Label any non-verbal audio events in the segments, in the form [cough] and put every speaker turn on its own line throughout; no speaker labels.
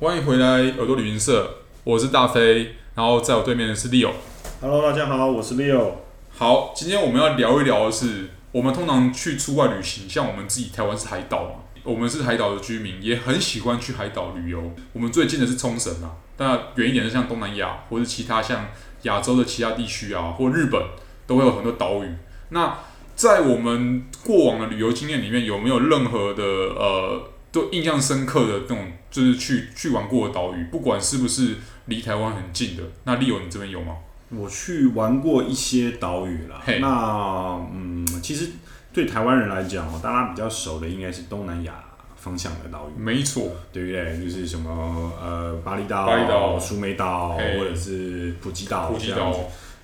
欢迎回来耳朵旅行社，我是大飞，然后在我对面的是 Leo。
Hello，大家好，我是 Leo。
好，今天我们要聊一聊的是，我们通常去出外旅行，像我们自己台湾是海岛嘛，我们是海岛的居民，也很喜欢去海岛旅游。我们最近的是冲绳啊，那远一点的像东南亚或者其他像亚洲的其他地区啊，或日本都会有很多岛屿。那在我们过往的旅游经验里面，有没有任何的呃，都印象深刻的那种，就是去去玩过的岛屿，不管是不是离台湾很近的？那利友你这边有吗？
我去玩过一些岛屿啦
嘿，
那嗯，其实对台湾人来讲哦，大家比较熟的应该是东南亚方向的岛屿，
没错，
对不对？就是什么呃巴厘岛、
嗯巴厘岛
苏梅岛
嘿
或者是普吉岛、
普吉岛。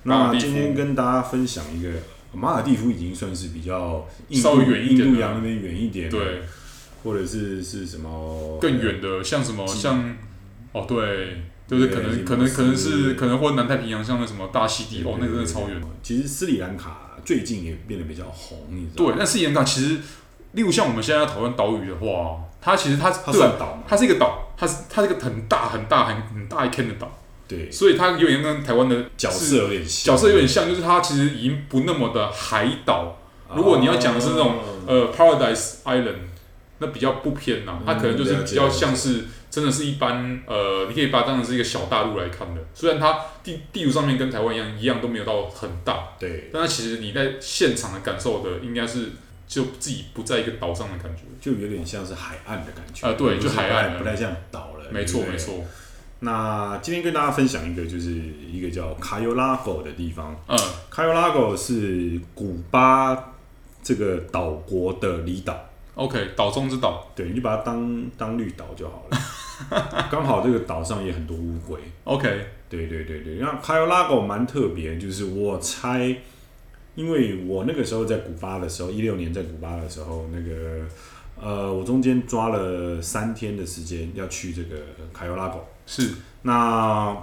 马尔
那
地夫
今天跟大家分享一个马尔地夫已经算是比较印
稍
度
微远一点的
印度洋那边远一点，，
对，
或者是是什么
更远的，像什么
几
像哦，对，就是可能
对
可能可能是
是
可能或南太平洋，像那什么大溪地，
对
哦，那
对
真的
对
超远。
其实斯里兰卡最近也变得比较红，你知道
对
吗？，
但是严格其实，例如像我们现在要讨论岛屿的话，它其实它
它
对啊
算岛嘛？
它是一个岛，它是它是一个很大很大很很大一片的岛，
对，
所以它有点跟台湾的
角
是
色有点像
角色有点像，就是它其实已经不那么的海岛，如果你要讲的是那种
哦
呃，Paradise Island，那比较不偏呐、
嗯
它可能就是
了解
比较像是真的是一般呃，你可以把它当成是一个小大陆来看的。虽然它地地图上面跟台湾一样，一样都没有到很大，
对，
但它其实你在现场的感受的应该是就自己不在一个岛上的感觉。
就有点像是海岸的感觉
啊对
不是
就海岸了
不太不太像岛了，
没错
对不对
没。错，
那今天跟大家分享一个，就是一个叫卡尤拉狗的地方。
嗯，
卡尤拉狗是古巴这个岛国的离岛，
OK，岛中之岛
对，你就把它当当绿岛就好了。
[laughs]
刚好这个岛上也很多乌龟，
，OK，
对对对对，那卡尤拉狗蛮特别，就是我猜，因为我那个时候在古巴的时候，一六年在古巴的时候，那个呃，我中间抓了三天的时间要去这个卡尤拉狗。
是
那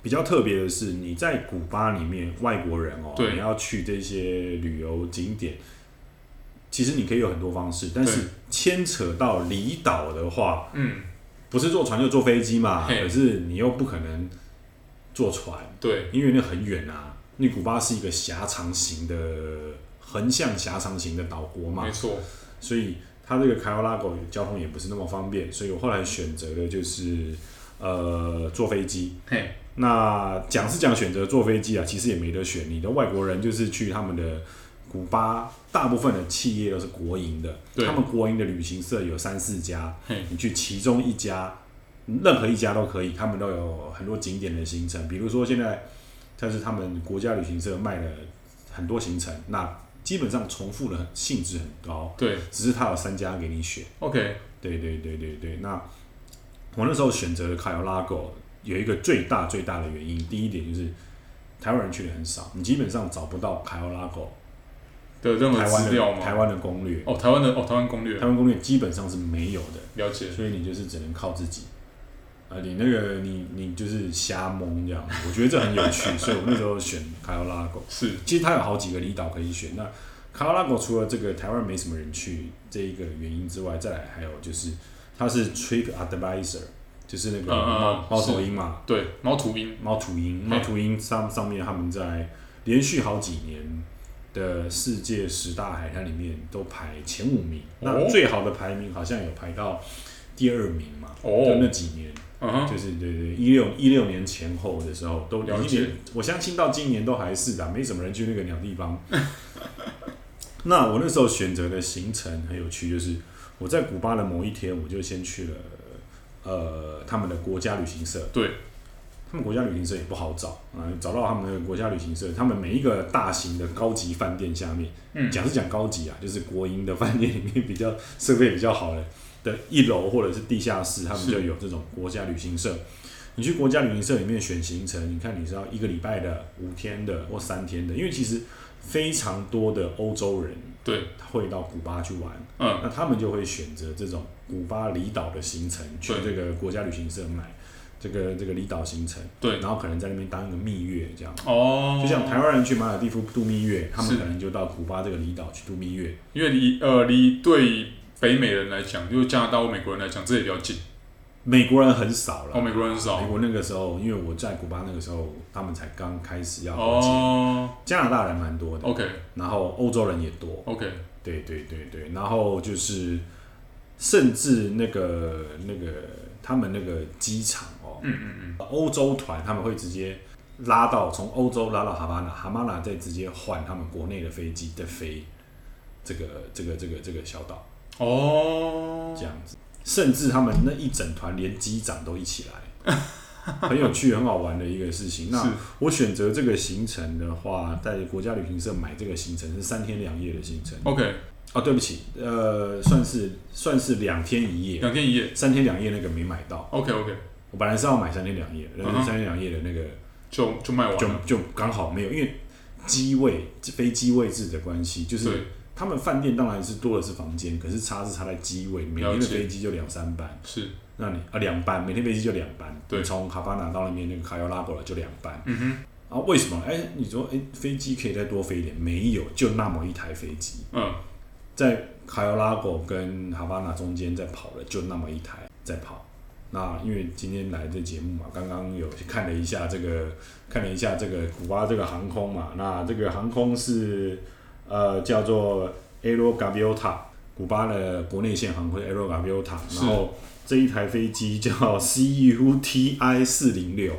比较特别的是，你在古巴里面，外国人哦，
对
你要去这些旅游景点，其实你可以有很多方式，但
对
是牵扯到离岛的话，
嗯，
不是坐船就坐飞机嘛，
嘿
可是你又不可能坐船，
对，
因为那很远啊。因为古巴是一个狭长型的横向狭长型的岛国嘛
没，错，
所以它这个卡罗拉狗交通也不是那么方便，所以我后来选择的就是呃坐飞机。
嘿，
那讲是讲选择坐飞机啊，其实也没得选，你的外国人就是去他们的。古巴大部分的企业都是国营的，
对
他们国营的旅行社有三四家，
嘿，
你去其中一家，任何一家都可以，他们都有很多景点的行程。比如说现在，但是他们国家旅行社卖了很多行程，那基本上重复的性质很高，
对
只是它有三家给你选。
，OK，
对对对对对，那我那时候选择了卡尤拉狗，有一个最大最大的原因，第一点就是台湾人去的很少，你基本上找不到卡尤拉狗
的任何
台湾
资料
的台
吗？
湾的攻略，
哦，台湾的哦，台湾攻略
台湾攻略基本上是没有的。
了解，
所以你就是只能靠自己。啊，你那个你你就是瞎蒙这样，我觉得这很有趣，所以我那时候选卡罗拉狗。
是
其实它有好几个离岛可以选。那卡罗拉狗除了这个台湾没什么人去这一个原因之外，再来还有就是它是 Trip Advisor，就是那个
嗯嗯嗯
猫猫
是
头鹰嘛，
对猫头鹰，
猫头鹰，猫头鹰上上面他们在连续好几年的世界十大海滩里面都排前五名，
哦
那最好的排名好像有排到第二名嘛，就那
哦，
几年，
嗯哼。
就是对对一六一六年前后的时候都
了
已
解
经连，我相信到今年都还是啊的，没什么人去那个鸟地方。 [laughs] 那我那时候选择的行程很有趣，就是我在古巴的某一天，我就先去了呃他们的国家旅行社，
对，
他们国家旅行社也不好找啊、找到他们的国家旅行社，他们每一个大型的高级饭店下面，
嗯
讲是讲高级啊，就是国营的饭店里面比较设备比较好的的一楼或者是地下室，他们
是
就有这种国家旅行社。你去国家旅行社里面选行程，你看你是要一个礼拜的、五天的或三天的，因为其实非常多的欧洲人
对，
会到古巴去玩，
嗯，
那他们就会选择这种古巴离岛的行程，去
对
这个国家旅行社买这个这个离岛行程，
对，
然后可能在那边当一个蜜月这样。
哦，
就像台，湾人去马尔地夫度蜜月，他们
是
可能就到古巴这个离岛去度蜜月。
因为离呃离对北美人来讲，就是加拿大或美国人来讲，这也比较近，
美国人很少了，
哦，美国人少
美国那个时候，因为我在古巴那个时候，他们才刚开始要合计，
哦
加拿大人蛮多的，
，OK
然后欧洲人也多，
OK，
对对对对，然后就是甚至那个那个他们那个机场哦，
嗯嗯嗯，
欧洲团他们会直接拉到从欧洲拉到哈巴那，哈巴那再直接换他们国内的飞机再飞这个这个这个这个小岛
哦
这，样子，甚至他们那一整团连机长都一起来，很有趣很好玩的一个事情。那
是
我选择这个行程的话，在国家旅行社买这个行程是三天两夜的行程。
OK，
哦，对不起，呃，算是算是两天一夜，
两天一夜
三天两夜那个没买到。
，OK OK，
我本来是要买三天两夜的，但
嗯哼
是三天两夜的那个
就就卖完
就
了，
就刚好没有，因为机位飞机位置的关系，就是
对，
他们饭店当然是多的是房间，可是差是差在机位，每天
了
的
解
飞机就两三班，
是，
那你啊两班，每天飞机就两班，
对
你从哈巴那到那边那个卡尤拉过了就两班。
嗯哼，
啊，为什么？哎、你说，哎、飞机可以再多飞一点？没有，就那么一台飞机。
嗯，
在卡尤拉狗跟哈巴那中间在跑了，就那么一台在跑。那因为今天来这节目嘛，刚刚有看了一下这个，看了一下这个古巴这个航空嘛，那这个航空是呃叫做 Aero Gaviota，古巴的国内线航空 Aero Gaviota，
是
然后这一台飞机叫 CUTI 四零六。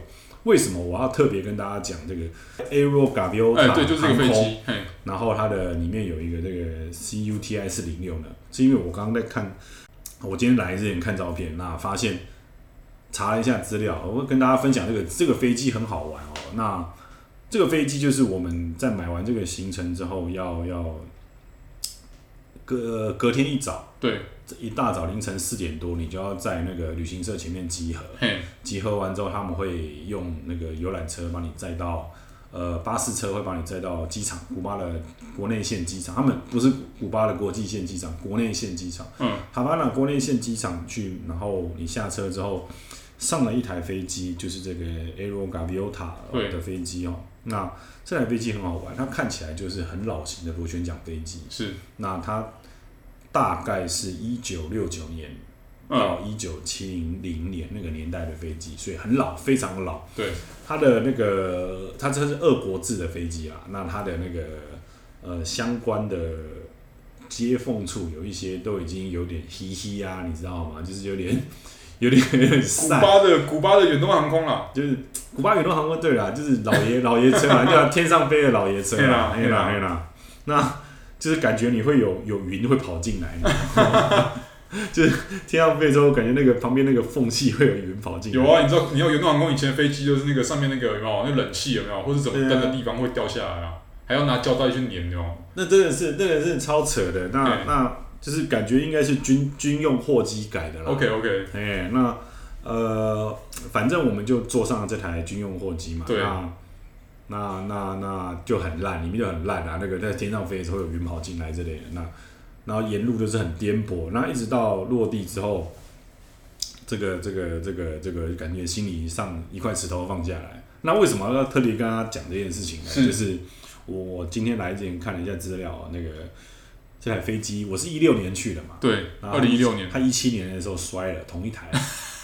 为什么我要特别跟大家讲这个 Aero Gaviota？
哎，对，就是这个飞
航空
机，嘿，
然后它的里面有一个这个 CUTI 四零六呢，是因为我刚刚在看，我今天来之前看照片，那发现查了一下资料，我会跟大家分享这个这个飞机很好玩哦。那这个飞机就是我们在买完这个行程之后要要隔隔天一早。
对，
一大早凌晨四点多，你就要在那个旅行社前面集合。
嘿，
集合完之后，他们会用那个游览车把你载到，呃，巴士车会把你载到机场，古巴的国内线机场，他们不是古巴的国际线机场，国内线机场，
嗯，
哈巴那国内线机场去，然后你下车之后，上了一台飞机，就是这个 Aero Gaviota
对
的飞机哦，那这台飞机很好玩，它看起来就是很老型的螺旋桨飞机，
是，
那它大概是一九六九年
嗯，
到一九七零零年那个年代的飞机，所以很老，非常老。
对，
它的那个，它这是俄国制的飞机啦，那它的那个呃相关的接缝处有一些都已经有点嘻嘻啊，你知道吗？就是有点有点有点
古
晒，
巴的古巴的远东航空啦，
就是古巴远东航空队啦，就是老爷老爷车嘛，叫天上飞的老爷车啦，
嘿啦嘿啦
嘿啦，那就是感觉你会有有云会跑进来， [laughs] 你知道吗就是天上飞之后，感觉那个旁边那个缝隙会有云跑进来。
有啊，你知道，你知道远东航空以前的飞机就是那个上面那个有没有那冷气有没有，或者怎
啊
么灯的地方会掉下来啊，还要拿胶带去粘的哦。
那真的是，那个是超扯的。那
对
那就是感觉应该是军军用货机改的啦。
OK OK，
哎、那呃，反正我们就坐上了这台军用货机嘛。
对啊
那那那那就很烂，里面就很烂啊。那个在天上飞的时候有云跑进来之类的，那然后沿路就是很颠簸，那一直到落地之后，这个这个这个这个感觉心里上一块石头放下来。那为什么要特地跟他讲这件事情呢？
是
就是我今天来之前看了一下资料啊，那个这台飞机我是一六年去的嘛，
对，二
然后
零一六年，
他一七年的时候摔了，同一台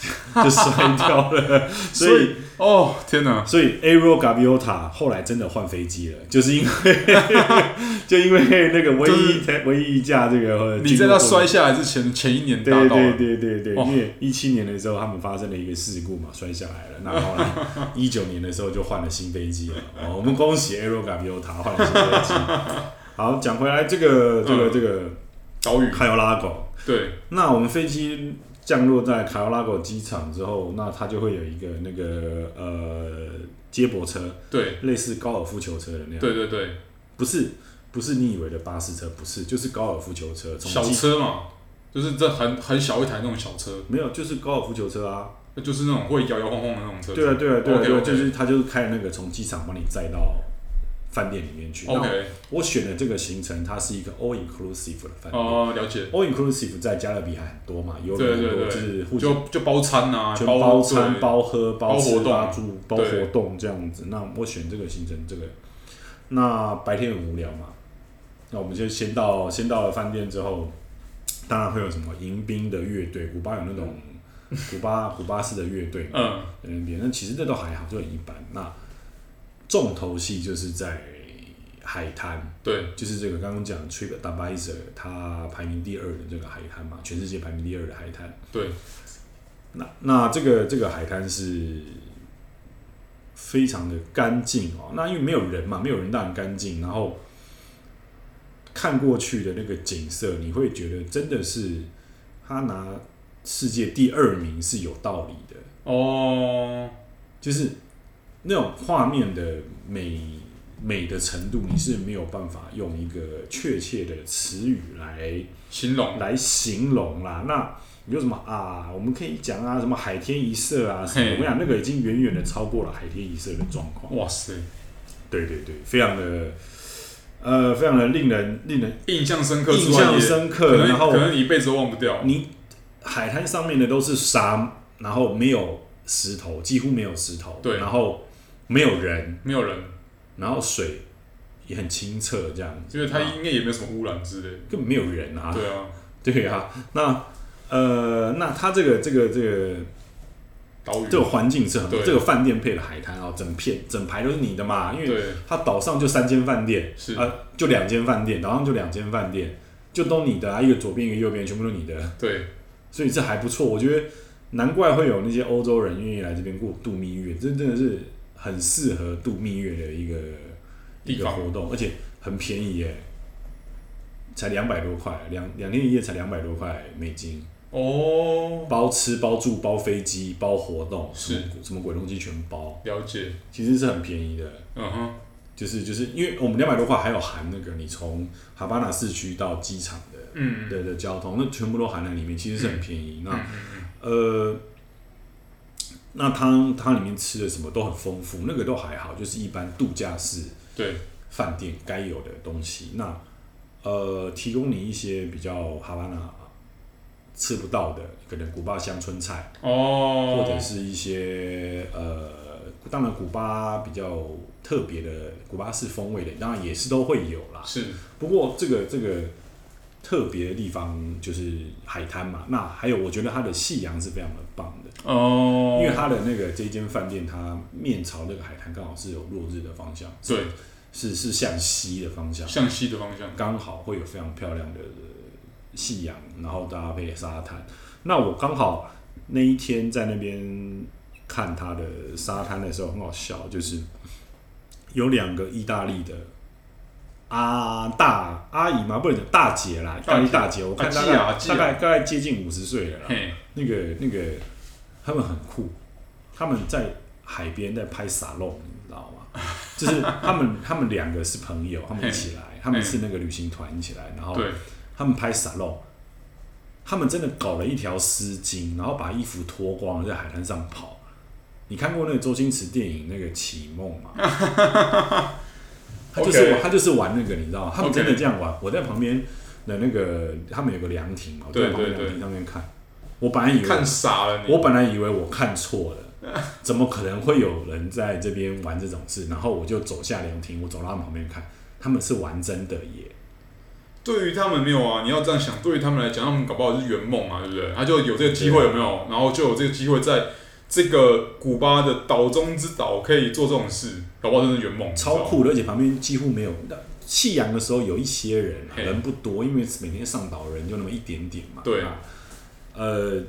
[laughs] 就摔掉
[laughs]
了，所以
哦天哪，
所以 Aero Gaviota 后来真的换飞机了，就是因为 [laughs] 就因为那个唯一才唯一一架这个呃
你在它摔下来之前前一年
对
达到
对
了，
对对对，
哦
因为一七年的时候他们发生了一个事故嘛，摔下来了。那后来一九年的时候就换了新飞机了。哦，我们恭喜 Aero Gaviota 换了新飞机。
[laughs]
好，讲回来这个这个这个
岛屿，
卡尤拉狗，
对，
那我们飞机降落在卡罗拉狗机场之后，那它就会有一个那个呃接驳车，
对
类似高尔夫球车的那样。，
对对对，
不是不是你以为的巴士车，不是，就是高尔夫球车。从
小
机
车嘛，就是这很很小一台那种小车，
没有，就是高尔夫球车啊。
就是那种会摇摇晃晃的那种车。
对啊，对啊，对啊，
OK，
对啊，
OK
就是它就是开那个从机场把你载到饭店里面去。那
OK，
我选的这个行程，它是一个 all inclusive 的饭店。
哦，了解，
all inclusive 在加勒比海很多嘛，有很
对
多
对
就是
对，
互
就就包餐啊，
全包餐、
对
包喝、包吃、
包活动
包住、包活
对
动这样子。那我选这个行程，这个那白天很无聊嘛，那我们就先到先到了饭店之后，当然会有什么迎宾的乐队，古巴有那种古巴古巴式的乐队嘛，
嗯，
嗯，别那其实这都还好，就很一般。那重头戏就是在海滩，
对，
就是这个刚刚讲 Trip Advisor 它排名第二的这个海滩嘛，全世界排名第二的海滩。
对，
那那这个这个海滩是非常的干净哦，那因为没有人嘛，没有人当然干净，然后看过去的那个景色，你会觉得真的是他拿世界第二名是有道理的。
哦，
就是那种画面的美美的程度，你是没有办法用一个确切的词语来
形容，
来形容啦。那你说什么啊？我们可以讲啊，什么海天一色啊什么？
嘿
我想那个已经远远的超过了海天一色的状况。
哇塞，
对对对，非常的呃，非常的令人令人
印象深刻，
印象，深
可
刻。
能
然后
可能一辈子都忘不掉。
你海滩上面的都是沙，然后没有石头，几乎没有石头，
对
然后没有人，
没有人，
然后水也很清澈，这样子，
因为它
啊
应该也没有什么污染之类。
根本没有人啊，
对啊，
对啊，那呃，那它这个这个这个
岛屿，
这个环境是很好，
对
这个饭店配的海滩啊，整片整排都是你的嘛，因为
对，
它岛上就三间饭店，
是
啊，就两间饭店，岛上就两间饭店，就都你的啊，一个左边一个右边，全部都你的，
对，
所以这还不错，我觉得难怪会有那些欧洲人愿意来这边过度蜜月，这真的是很适合度蜜月的一个
地
一个
方
活动，而且很便宜耶，才两百多块，两两天一夜才两百多块美金，
哦，
包吃包住包飞机包活动，什
是
么什么鬼东西全包，
了解，
其实是很便宜的。
嗯哼，
就是就是因为我们两百多块还有含那个你从哈巴那市区到机场的
嗯，
的的交通，那全部都含在里面，其实是很便宜。那
嗯嗯
呃，那汤汤里面吃的什么都很丰富，那个都还好，就是一般度假式
嗯对，
饭店该有的东西。那呃，提供你一些比较哈巴那吃不到的，可能古巴乡村菜，
哦，
嗯或者是一些呃，当然古巴比较特别的古巴式风味的，当然也是都会有啦。
是，
不过这个这个特别的地方就是海滩嘛，那还有我觉得它的夕阳是非常的棒的，
哦，
因为它的那个这间饭店它面朝那个海滩刚好是有落日的方向，
对，
是是向西的方向，
向西的方向，
刚好会有非常漂亮的夕阳，然后搭配沙滩。那我刚好那一天在那边看它的沙滩的时候，很好笑，就是有两个意大利的阿大阿姨嘛，不能讲大姐啦，意大利大姐，我看大概
啊记啊记啊
大概大概接近五十岁了啦。
嘿，
那个那个，他们很酷，他们在海边在拍沙漏，你知道吗？就是他们他们两个是朋友，他们一起来，他们是那个旅行团一起来，然后
对，
他们拍沙漏，他们真的搞了一条丝巾，然后把衣服脱光了在海滩上跑。你看过那个周星驰电影那个《绮梦》
[laughs]
吗？他就是
OK
他就是玩那个，你知道吗？他们
OK
真的这样玩。我在旁边的那个，他们有个凉亭嘛，我
对
在旁边
对对
凉亭上面看。我本来以为
看傻了你，
我本来以为我看错了，怎么可能会有人在这边玩这种事？然后我就走下凉亭，我走到他们旁边看，他们是玩真的耶。
对于他们没有啊，你要这样想，对于他们来讲，他们搞不好是圆梦啊，对不对？他就有这个机会，
对
有没有？然后就有这个机会在这个古巴的岛中之岛可以做这种事，搞不好真是圆梦，你
超
知道吗。
酷的，而且旁边几乎没有。那夕阳的时候有一些人啊，
嘿
人不多，因为每天上岛人就那么一点点嘛。
对
啊，呃，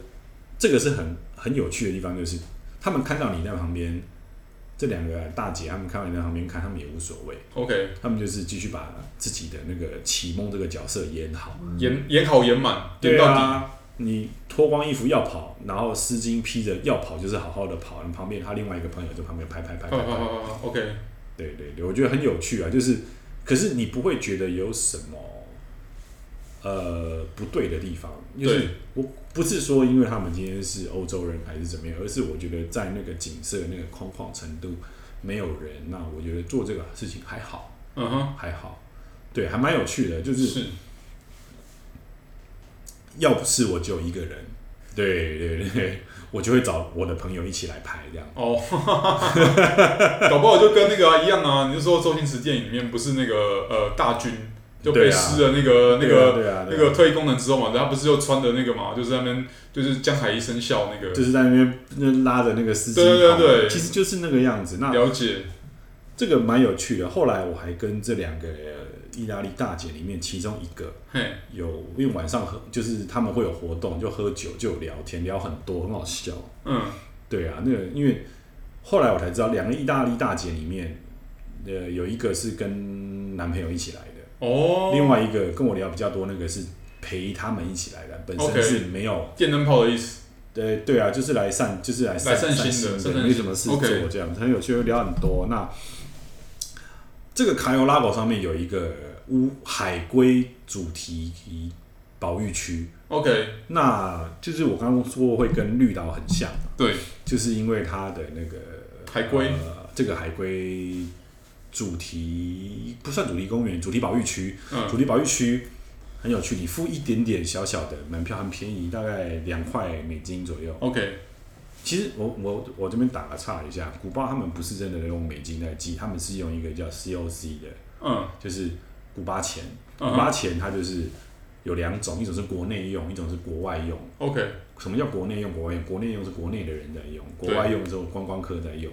这个是很很有趣的地方，就是他们看到你在旁边，这两个大姐他们看到你在旁边看，他们也无所谓，
OK，
他们就是继续把自己的那个启蒙这个角色演好。
演演好演满，演
对
到底，
啊，你脱光衣服要跑，然后丝巾披着要跑，就是好好的跑。你旁边他另外一个朋友在旁边拍拍拍
好
拍
好好
拍，
好好，OK，
对对对，我觉得很有趣啊。就是，可是你不会觉得有什么呃不对的地方，就是
对
我不是说因为他们今天是欧洲人还是怎么样，而是我觉得在那个景色那个空旷程度没有人，那我觉得做这个事情还好
嗯哼，
还好，对，还蛮有趣的，就是
是
要不是我只有一个人，对对对，我就会找我的朋友一起来拍这样。
哦， [laughs] 搞不好就跟那个啊一样啊，你就说周星驰电影里面不是那个呃大军就被施了那个、那
对啊
个、
对啊，
那
对啊
个退役功能之后嘛，他不是又穿的那个嘛，就是在那边就是江海一声笑那个，
就是在那边那拉着那个司机跑，
对对对对
其实就是那个样啊子。那
了解，
这个蛮有趣的。后来我还跟这两个意大利大姐里面其中一个
嘿，
有，因为晚上喝就是他们会有活动，就喝酒就有聊天，聊很多，很好笑。
嗯，
对啊，那个因为后来我才知道，两个意大利大姐里面，呃，有一个是跟男朋友一起来的，
哦，
另外一个跟我聊比较多那个是陪他们一起来的，本身
OK
是没有
电灯泡的意思，
对对啊，就是来散，就是来散
来散心的
心
散
的，
散
没
心
什么事做
OK
这样，很有趣，聊很多。那这个卡尤拉堡上面有一个乌海龟主题保育区，
OK，
那就是我刚刚说会跟绿岛很像，
对，
就是因为它的那个
海龟
呃这个海龟主题不算主题公园，主题保育区，
嗯，
主题保育区很有趣，你付一点点小小的门票，很便宜，大概两块美金左右。
OK，
其实我我我这边打个岔一下，古巴他们不是真的用美金在计，他们是用一个叫 COC 的，
嗯，
就是古巴钱。古
嗯
巴钱它就是有两种，一种是国内用，一种是国外用。
，OK，OK，、
什么叫国内用？国外用，国内用是国内的人在用，国
对
外用之后观光客在用。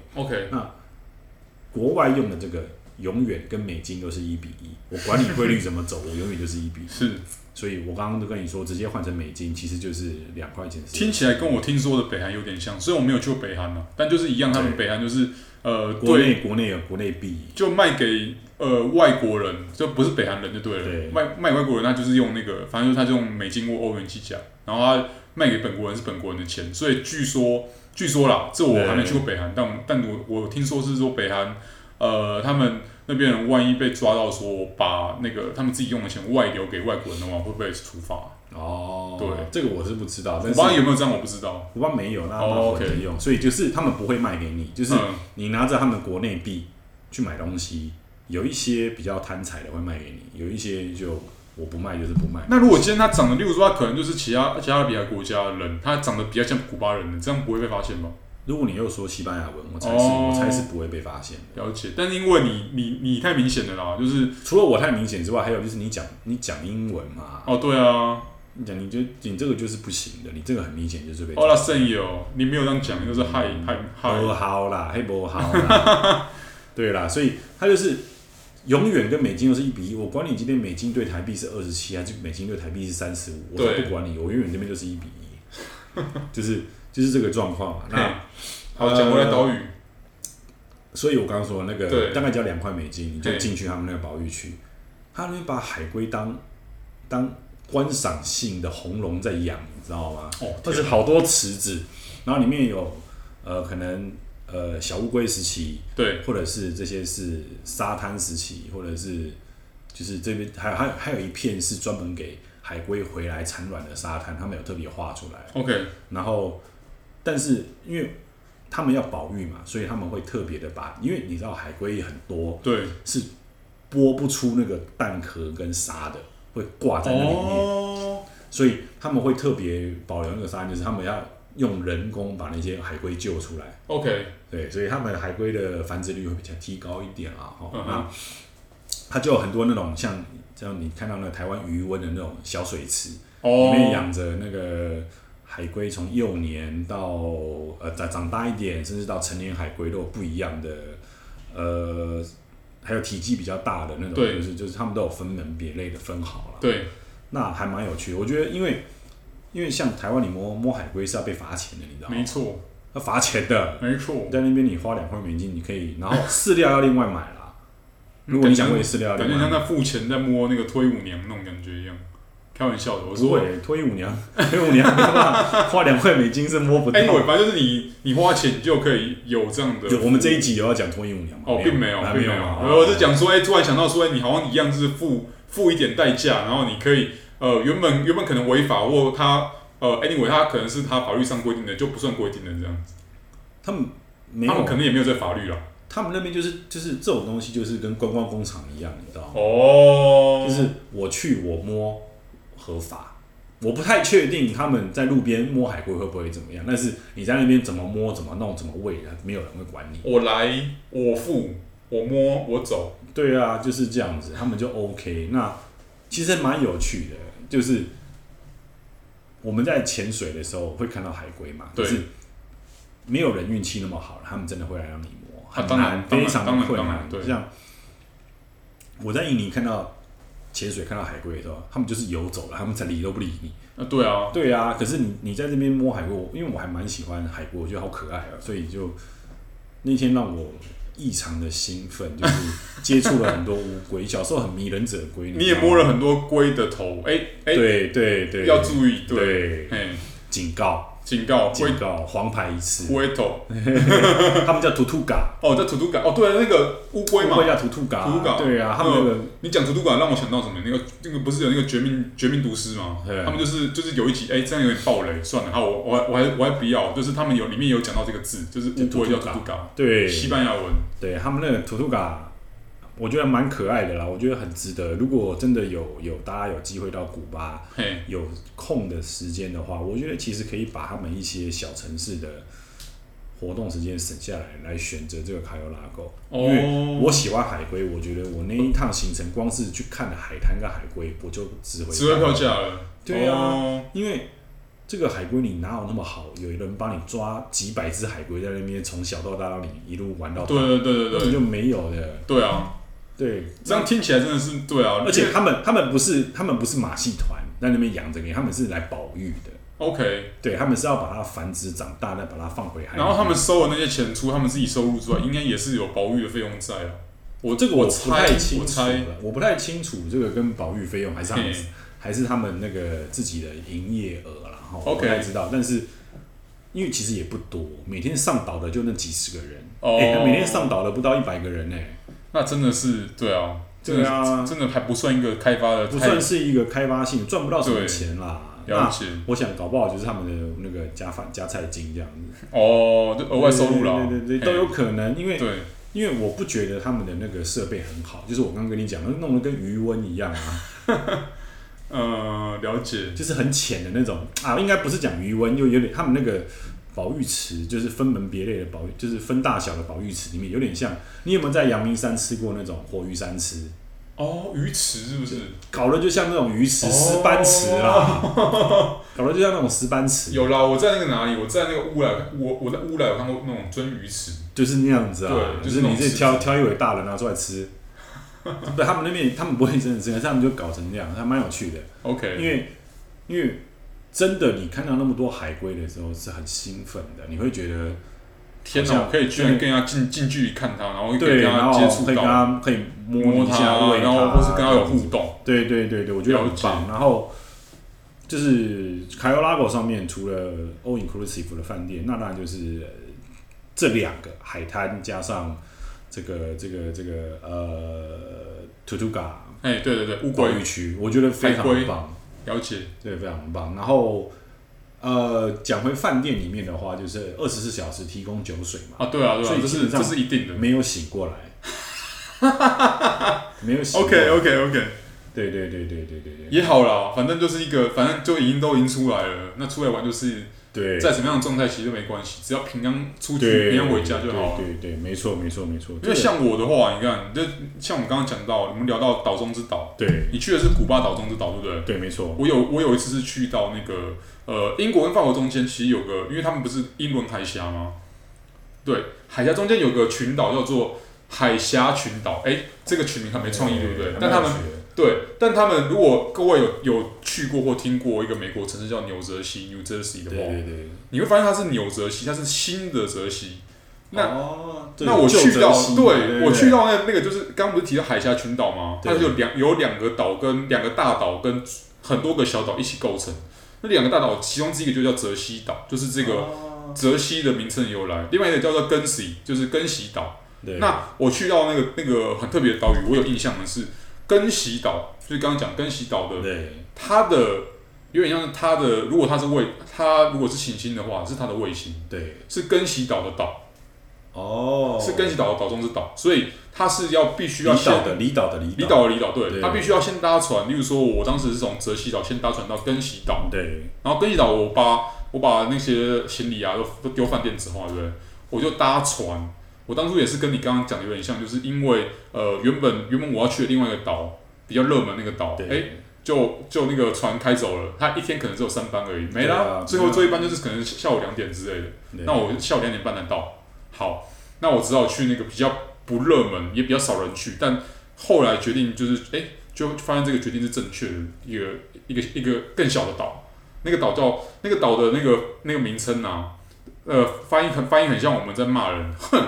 国外用的这个永远跟美金都是一比一，我管你汇率怎么
[laughs]
走，我永远就是一比一。
是，
所以我刚刚都跟你说，直接换成美金其实就是两块钱。
听起来跟我听说的北韩有点像，虽然我没有去过北韩嘛，但就是一样，他们
对
北韩就是呃，
国
对，
内国内有国内币，
就卖给呃外国人，就不是北韩人就对了，
对
卖卖外国人，他就是用那个，反正就是他就用美金或欧元计价，然后他卖给本国人是本国人的钱，所以据说据说啦，这我还没去过北韩，但我但我我听说是说北韩呃他们。那边人万一被抓到说把那个他们自己用的钱外流给外国人的话，会不会处罚？
哦，
对，
这个我是不知道，
我
但
不
是
知道有没有这样，我不知道。
古巴没有，那那
哦
我
，OK
能用所以就是他们不会卖给你，就是
嗯
你拿着他们国内币去买东西，有一些比较贪财的会卖给你，有一些就我不卖就是不卖。
那如果今天他长得，例如说他可能就是其他其他比亚国家的人，他长得比较像古巴人的，这样不会被发现吗？
如果你又说西班牙文，我猜是、
哦
我猜是不会被发现的。
了解，但是因为你你你太明显了啦，就是
除了我太明显之外，还有就是你讲你讲英文嘛，
哦对啊，
你讲你就你这个就是不行的，你这个很明显就是被。
哦啦圣友，你没有这样讲，就是嗨嗨
不
嗨，
嗯好啊啦，嘿不好啦，
[laughs]
对啦，所以它就是永远跟美金又是一比一。我管你今天美金对台币是二十七，还是美金对台币是三十五，我都
对
不管你，我永远这边就是一比一，
[laughs]
就是就是这个状况嘛。
嘿
那
好讲回来岛屿，
所以我刚刚说的那
对
个大概只要两块美金，你就
嘿
进去他们那个保育区，他们把海龟当当观赏性的红龙在养，你知道吗？
哦天
但呃是好多池子，然后里面有呃可能呃小乌龟时期，
对
或者是这些是沙滩时期，或者是就是这边还有还有还有一片是专门给海龟回来产卵的沙滩，他们有特别画出来。
，OK
然后，但是因为他们要保育嘛，所以他们会特别的把，因为你知道海龟很多
对，
是剥不出那个蛋壳跟沙的，会挂在那里面，
哦
所以他们会特别保留那个沙，就是他们要用人工把那些海龟救出来。
，OK
对，所以他们海龟的繁殖率会比较提高一点啊。哈、
嗯哼
那它就有很多那种像像你看到那台湾渔温的那种小水池，里面
哦，
养着那个海龟，从幼年到呃长长大一点，甚至到成年海龟都有不一样的呃，还有体积比较大的那种，
对
就是就是他们都有分门别类的分好了。
对
那还蛮有趣的，我觉得因为因为像台湾你摸摸海龟是要被罚钱的，你知道吗
没？错
要罚钱的。
没错
你，在那边你花两块美金，你可以，然后 [laughs] 饲料要另外买啦。如果你想喂饲料，
感觉像在付钱在摸那个推舞娘那种感觉一样，开玩笑的，我
不
说。
会脱衣舞 [laughs] 娘，脱衣舞娘没办法，花两块美金是摸不到。
哎，我反正就是你，你花钱你就可以有这样的服
有
务。
我们这一集有要讲脱衣舞娘吗？
哦，并没有，
啊
并没
有
有。
啊。
我是讲说，哎、突然想到说，哎、你好像一样是付付一点代价，然后你可以，呃，原本原本可能违法或他，呃，anyway，他可能是他法律上规定的，就不算规定的这样子。
他们没
他们
有
可，能也没有这法律啦。
他们那边就是就是这种东西，就是跟观光工厂一样，你知道吗？
哦
就是我去我摸合法，我不太确定他们在路边摸海龟会不会怎么样，但是你在那边怎么摸、怎么弄、怎么喂，没有人会管你。
我来，我付，我摸，我走。
对啊，就是这样子，他们就 OK。那其实蛮有趣的，就是我们在潜水的时候会看到海龟嘛，
对
可是没有人运气那么好，他们真的会来让你摸，
啊
很
当然
难，
当然
非常
当
的
然
困
当
难
然。对
像我在印尼看到潜水看到海龟的时候，他们就是游走了，他们才理都不理你。
啊，对啊，
对啊，可是你你在这边摸海龟，我因为我还蛮喜欢海龟，我觉得好可爱啊，所以就那天让我异常的兴奋，就是接触了很多乌龟。小时候很迷忍者龟，
你也摸了很多龟的头，哎、哎、
嗯对对对，
要注意，对，
对
哎，
警告
警告龟
警告黄牌一次，
龟头，
他们叫图图嘎，
哦，叫土土嘎，哦，对、啊，那个乌龟嘛
乌，龟叫图图嘎，
图图嘎
对啊，他们那个
你讲土土嘎让我想到什么？那个那个不是有那个绝命绝命毒师吗？
对
他们就是就是有一集，哎、这样有点暴雷，算了，好，我我还我还我还不要，就是他们有里面有讲到这个字，就是乌龟叫土土嘎，
对
西班牙文，
对他们那个图图嘎，我觉得蛮可爱的啦，我觉得很值得。如果真的有有大家有机会到古巴，
嘿，
有空的时间的话，我觉得其实可以把他们一些小城市的活动时间省下来，来选择这个卡尤拉狗。因为
哦，
我喜欢海龟，我觉得我那一趟行程光是去看海滩跟海龟，我就值回
值回票
票。
价了，
对啊
哦
因为这个海龟你哪有那么好？有人帮你抓几百只海龟在那边从小到大让你一路玩到大，
对对对对
根本
对
就没有的。
对啊，
对，
这样听起来真的是对啊，
而且他们他们不是他们不是马戏团在那边养着你，他们是来保育的。
OK，
对他们是要把它繁殖长大，再把它放回海里。
然后他们收的那些钱，除他们自己收入之外，应该也是有保育的费用在啊。我
这个
我
不太
猜，
清
我
楚
猜，
了，我不太清楚这个跟保育费用还是他们
嘿
还是他们那个自己的营业额啦，哈，我
OK
不太知道。但是因为其实也不多，每天上岛的就那几十个人，
哦
哎每天上岛的不到一百个人呢、
那真的是对啊，真
对
的、
啊
真的还不算一个开发的太，
不算啊是一个开发性，赚不到什么
对
钱啦。
了
那
解
我想搞不好就是他们的那个加饭加菜金这样子，
哦，就额外收入啦，
对对对对，
嘿
都有可能，因为
对
因为我不觉得他们的那个设备很好，就是我刚刚跟你讲，的，弄得跟余温一样啊，
呃，了解，
就是很浅的那种啊，应该不是讲余温，又有点他们那个保育池，就是分门别类的保育，就是分大小的保育池里面，有点像你有没有在阳明山吃过那种活鱼山吃？
哦，鱼池是不是
搞得就像那种鱼
哦
池、石斑池啦，搞得就像那种石斑池，
有啦？我在那个哪里？我在那个乌来，我我在乌来有看过那种鳟鱼池，
就是那样子啊，
对就
就
是是
你
那种
自己
吃
挑
法
挑一尾大的拿出来吃，不，他们那边他们不会真的吃，可是他们就搞成那样，还蛮有趣的。因
OK，
为因为真的，你看到那么多海龟的时候是很兴奋的，你会觉得
天
好
哪，
像
我可以居然跟人家近近距离看它，然后可以
对，
跟
然
它
后
接触
可以跟
到，
它可以摸
摸
一下，
它，
喂啊
然后或是跟它有互
动。
动，
对对对对，我觉得很
了解
棒。然后就是卡尤拉狗上面除了 all inclusive 的饭店，那当然就是呃这两个海滩加上这个这个这个呃 Tutuga
哎，对对对，乌
保
龟
育区，我觉得非常
海龟
棒。
了解，
对，非常棒。然后，呃，讲回饭店里面的话，就是二十四小时提供酒水嘛，
啊，对啊，对
所
啊
以，
这
基
是
本上
这是一定的。
没有醒过来，
[laughs]
没有醒过
OK
来。
OK OK，
对对对对对对对
也好啦，反正就是一个，反正就已经都已经出来了，那出来玩就是
对，
在什么样的状态其实都没关系，只要平安出去，
对
平安回家就好了
对。对对，没错没错没错。
因为像我的话，你看，就像我们刚刚讲到，我们聊到岛中之岛，
这个对
你去的是古巴岛中之岛，对不对？
对没错，
我有我有一次是去到那个呃英国跟法国中间，其实有个，因为他们不是英伦海峡吗？对，海峡中间有个群岛叫做海峡群岛，哎、这个取名很没创意，对不对？但他们对，但他们如果各位有有去过或听过一个美国城市叫纽泽西 （New Jersey） 的
对
话，
对对，
你会发现它是纽泽西，它是新的泽西。那
哦
那我去到，对我去，
这个旧泽西嘛
到那那个就是刚刚不是提到海峡群岛吗？它
对
是有两有两个岛跟两个大岛跟很多个小岛一起构成。那两个大岛其中之一个就叫泽西岛，就是这个
哦
泽西的名称的由来；另外一个叫做根西，就是根西岛。
对
那我去到那个那个很特别的岛屿，我有印象的是根西岛，就是刚刚讲根西岛的，
对
它的有点像是它的，如果它是卫，它如果是行星的话，是它的卫星，
对
是根西岛的岛，
哦，
是根西岛的岛中之岛，所以它是要必须要
离岛
先
的离岛的离
离岛的离岛，
对
对，它必须要先搭船。例如说，我当时是从泽西岛先搭船到根西岛，
对
然后根西岛我把我把那些行李啊都都丢饭店之后啊，对不对？我就搭船。我当初也是跟你刚刚讲的有点像，就是因为呃原本原本我要去的另外一个岛，比较热门那个岛，哎、
对，
就就那个船开走了，他一天可能只有三班而已，没
对
啦。
啊
最后最后一班就是可能下午两点之类的，
对
那我下午两点半才到。好，那我只好去那个比较不热门，也比较少人去，但后来决定就是，哎、就发现这个决定是正确的一个一个一个更小的岛，那个岛叫那个岛的那个那个名称啊，呃，发音很发音很像我们在骂人，哼，
哦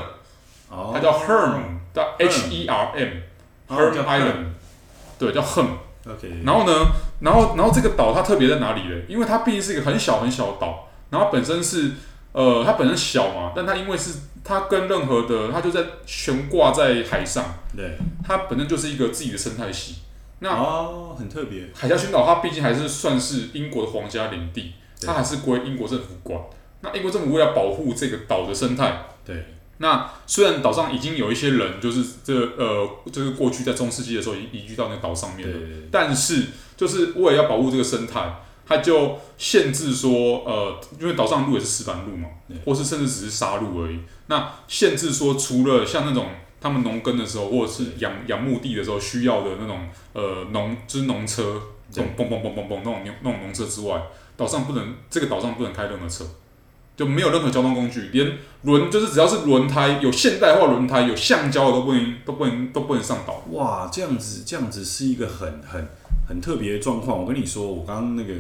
哦
它叫 Herm，叫 H E R M，Herm
叫
Island，对，叫 Herm。
OK，
然后呢，然后然后这个岛它特别在哪里呢？因为它毕竟是一个很小很小的岛，然后本身是呃，它本身小嘛，但它因为是它跟任何的，它就在悬挂在海上，
对，
它本身就是一个自己的生态系。那
哦，很特别，
海峡群岛它毕竟还是算是英国的皇家领地，它还是归英国政府管。那英国政府为了保护这个岛的生态，
对，
那虽然岛上已经有一些人，就是这呃，就是过去在中世纪的时候已经移居到那个岛上面了，
对，
但是就是为了要保护这个生态，它就限制说，呃，因为岛上路也是石板路嘛
对，
或是甚至只是沙路而已。那限制说，除了像那种他们农耕的时候，或者是养养牧地的时候需要的那种呃农就是农车，这种嘣嘣嘣嘣嘣那种牛那种农车之外，岛上不能这个岛上不能开任何车。就没有任何交通工具，连轮就是只要是轮胎有现代化轮胎有橡胶的都不能都不能都不能上岛。
哇，这样子，这样子是一个很很很特别的状况。我跟你说，我刚刚那个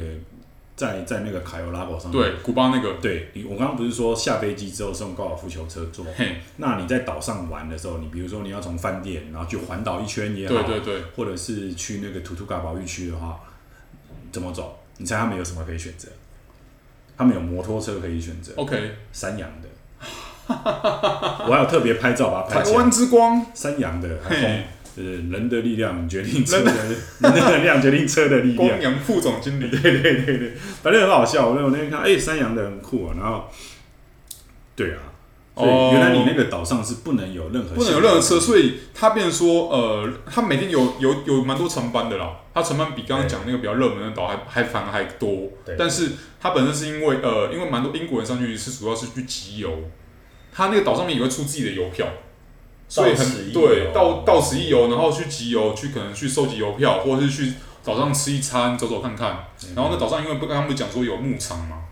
在在那个卡尤拉堡上面，
对，古巴那个，
对你，我刚刚不是说下飞机之后是用高尔夫球车坐？
嘿，
那你在岛上玩的时候，你比如说你要从饭店，然后去环岛一圈也好，
对对对，
或者是去那个图图卡保育区的话，怎么走？你猜他们有什么可以选择？他们有摩托车可以选择，
OK，
山羊的。 [laughs] 我还有特别拍照把它
台
拍起来
湾。之光，
山羊的，还
嘿
红，就是人的力量决定车的， [laughs] 人的力量决定车的力量
光。阳副总经理，
对对对对，反正很好笑。我那我那天看，哎、山羊的很酷啊。然后，对啊，所
哦
以原来你那个岛上是不能有任何
不能有任何车，所以他变成说，呃，他每天有有有蛮多船班的啦，他船班比刚刚讲那个比较热门的岛还还反而还多
对，
但是他本身是因为呃，因为蛮多英国人上去是主要是去集邮，他那个岛上面也会出自己的邮票。所以
到此
很
一游
对，到到此一游，然后去集邮，去可能去收集邮票，或者是去岛上吃一餐，走走看看。
嗯
然后那岛上因为不刚刚不是讲说有牧场嘛，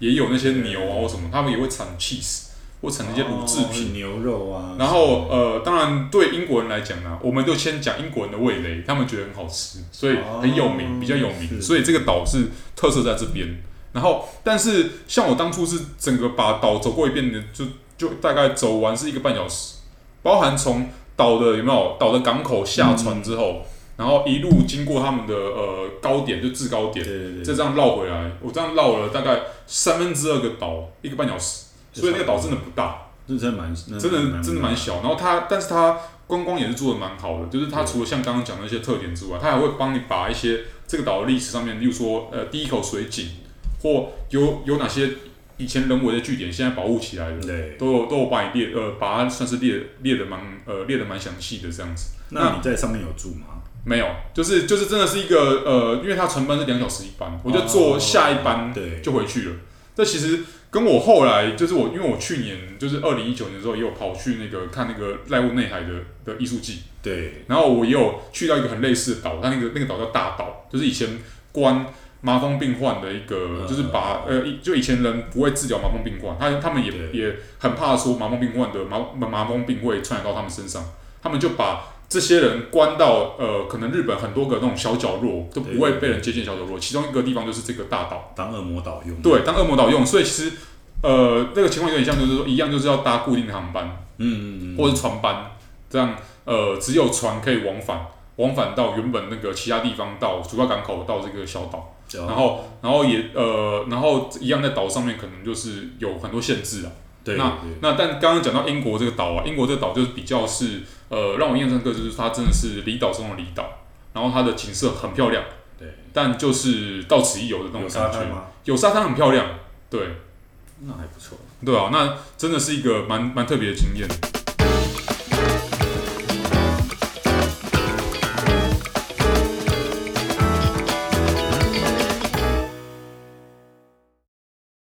也有那些牛啊或什么，他们也会产 cheese 或产那些乳制品。
哦牛肉啊。
然后呃，当然对英国人来讲啊呢，我们就先讲英国人的味蕾，他们觉得很好吃，所以很有名，
哦
比较有名，
是
所以这个岛是特色在这边。然后，但是像我当初是整个把岛走过一遍的，就就大概走完是一个半小时，包含从岛的有没有岛的港口下船之后，然后一路经过他们的呃高点，就制高点
对，对
再
对，
这样绕回来，我这样绕了大概三分之二个岛，一个半小时，所以那个岛真的不大。
这真的蛮，那
真的真的蛮。小。然后它，但是它观光也是做的蛮好的，就是它除了像刚刚讲的一些特点之外，它还会帮你把一些这个岛的历史上面，例如说呃第一口水井，或有有哪些以前人为的据点现在保护起来的，
对，
都有都有把你列呃把它算是列列的蛮呃列的蛮详细的这样子。
那你在上面有住吗？
没有，就是就是真的是一个呃，因为它船班是两小时一班，我就坐下一班
哦对
就回去了。这其实跟我后来就是我，因为我去年就是二零一九年的时候也有跑去那个看那个濑户内海的的艺术季，
对，
然后我也有去到一个很类似的岛，它那个那个岛叫大岛，就是以前关麻风病患的一个，
嗯
就是把呃，一就以前人不会治疗麻风病患，他他们也
对
也很怕说麻风病患的麻麻麻风病会传染到他们身上，他们就把这些人关到呃，可能日本很多个那种小角落都不会被人接近的小角落，其中一个地方就是这个大岛。
当恶魔岛用。，
对，当恶魔岛用，所以其实呃，那个情况有点像，就是说一样，就是要搭固定的航班，嗯嗯嗯，或者是船班，这样呃，只有船可以往返，往返到原本那个其他地方到主要港口到这个小岛，
嗯哦
然后然后也呃，然后一样在岛上面可能就是有很多限制啊。
对
那
对
那但刚刚讲到英国这个岛啊，英国这个岛就是比较是呃，让我印象深刻，就是它真的是离岛中的离岛，然后它的景色很漂亮，
对，
但就是到此一游的那种
有
感
沙
觉
滩。吗？
有沙滩很漂亮，对
那还不错。
对啊，那真的是一个蛮蛮特别的经验。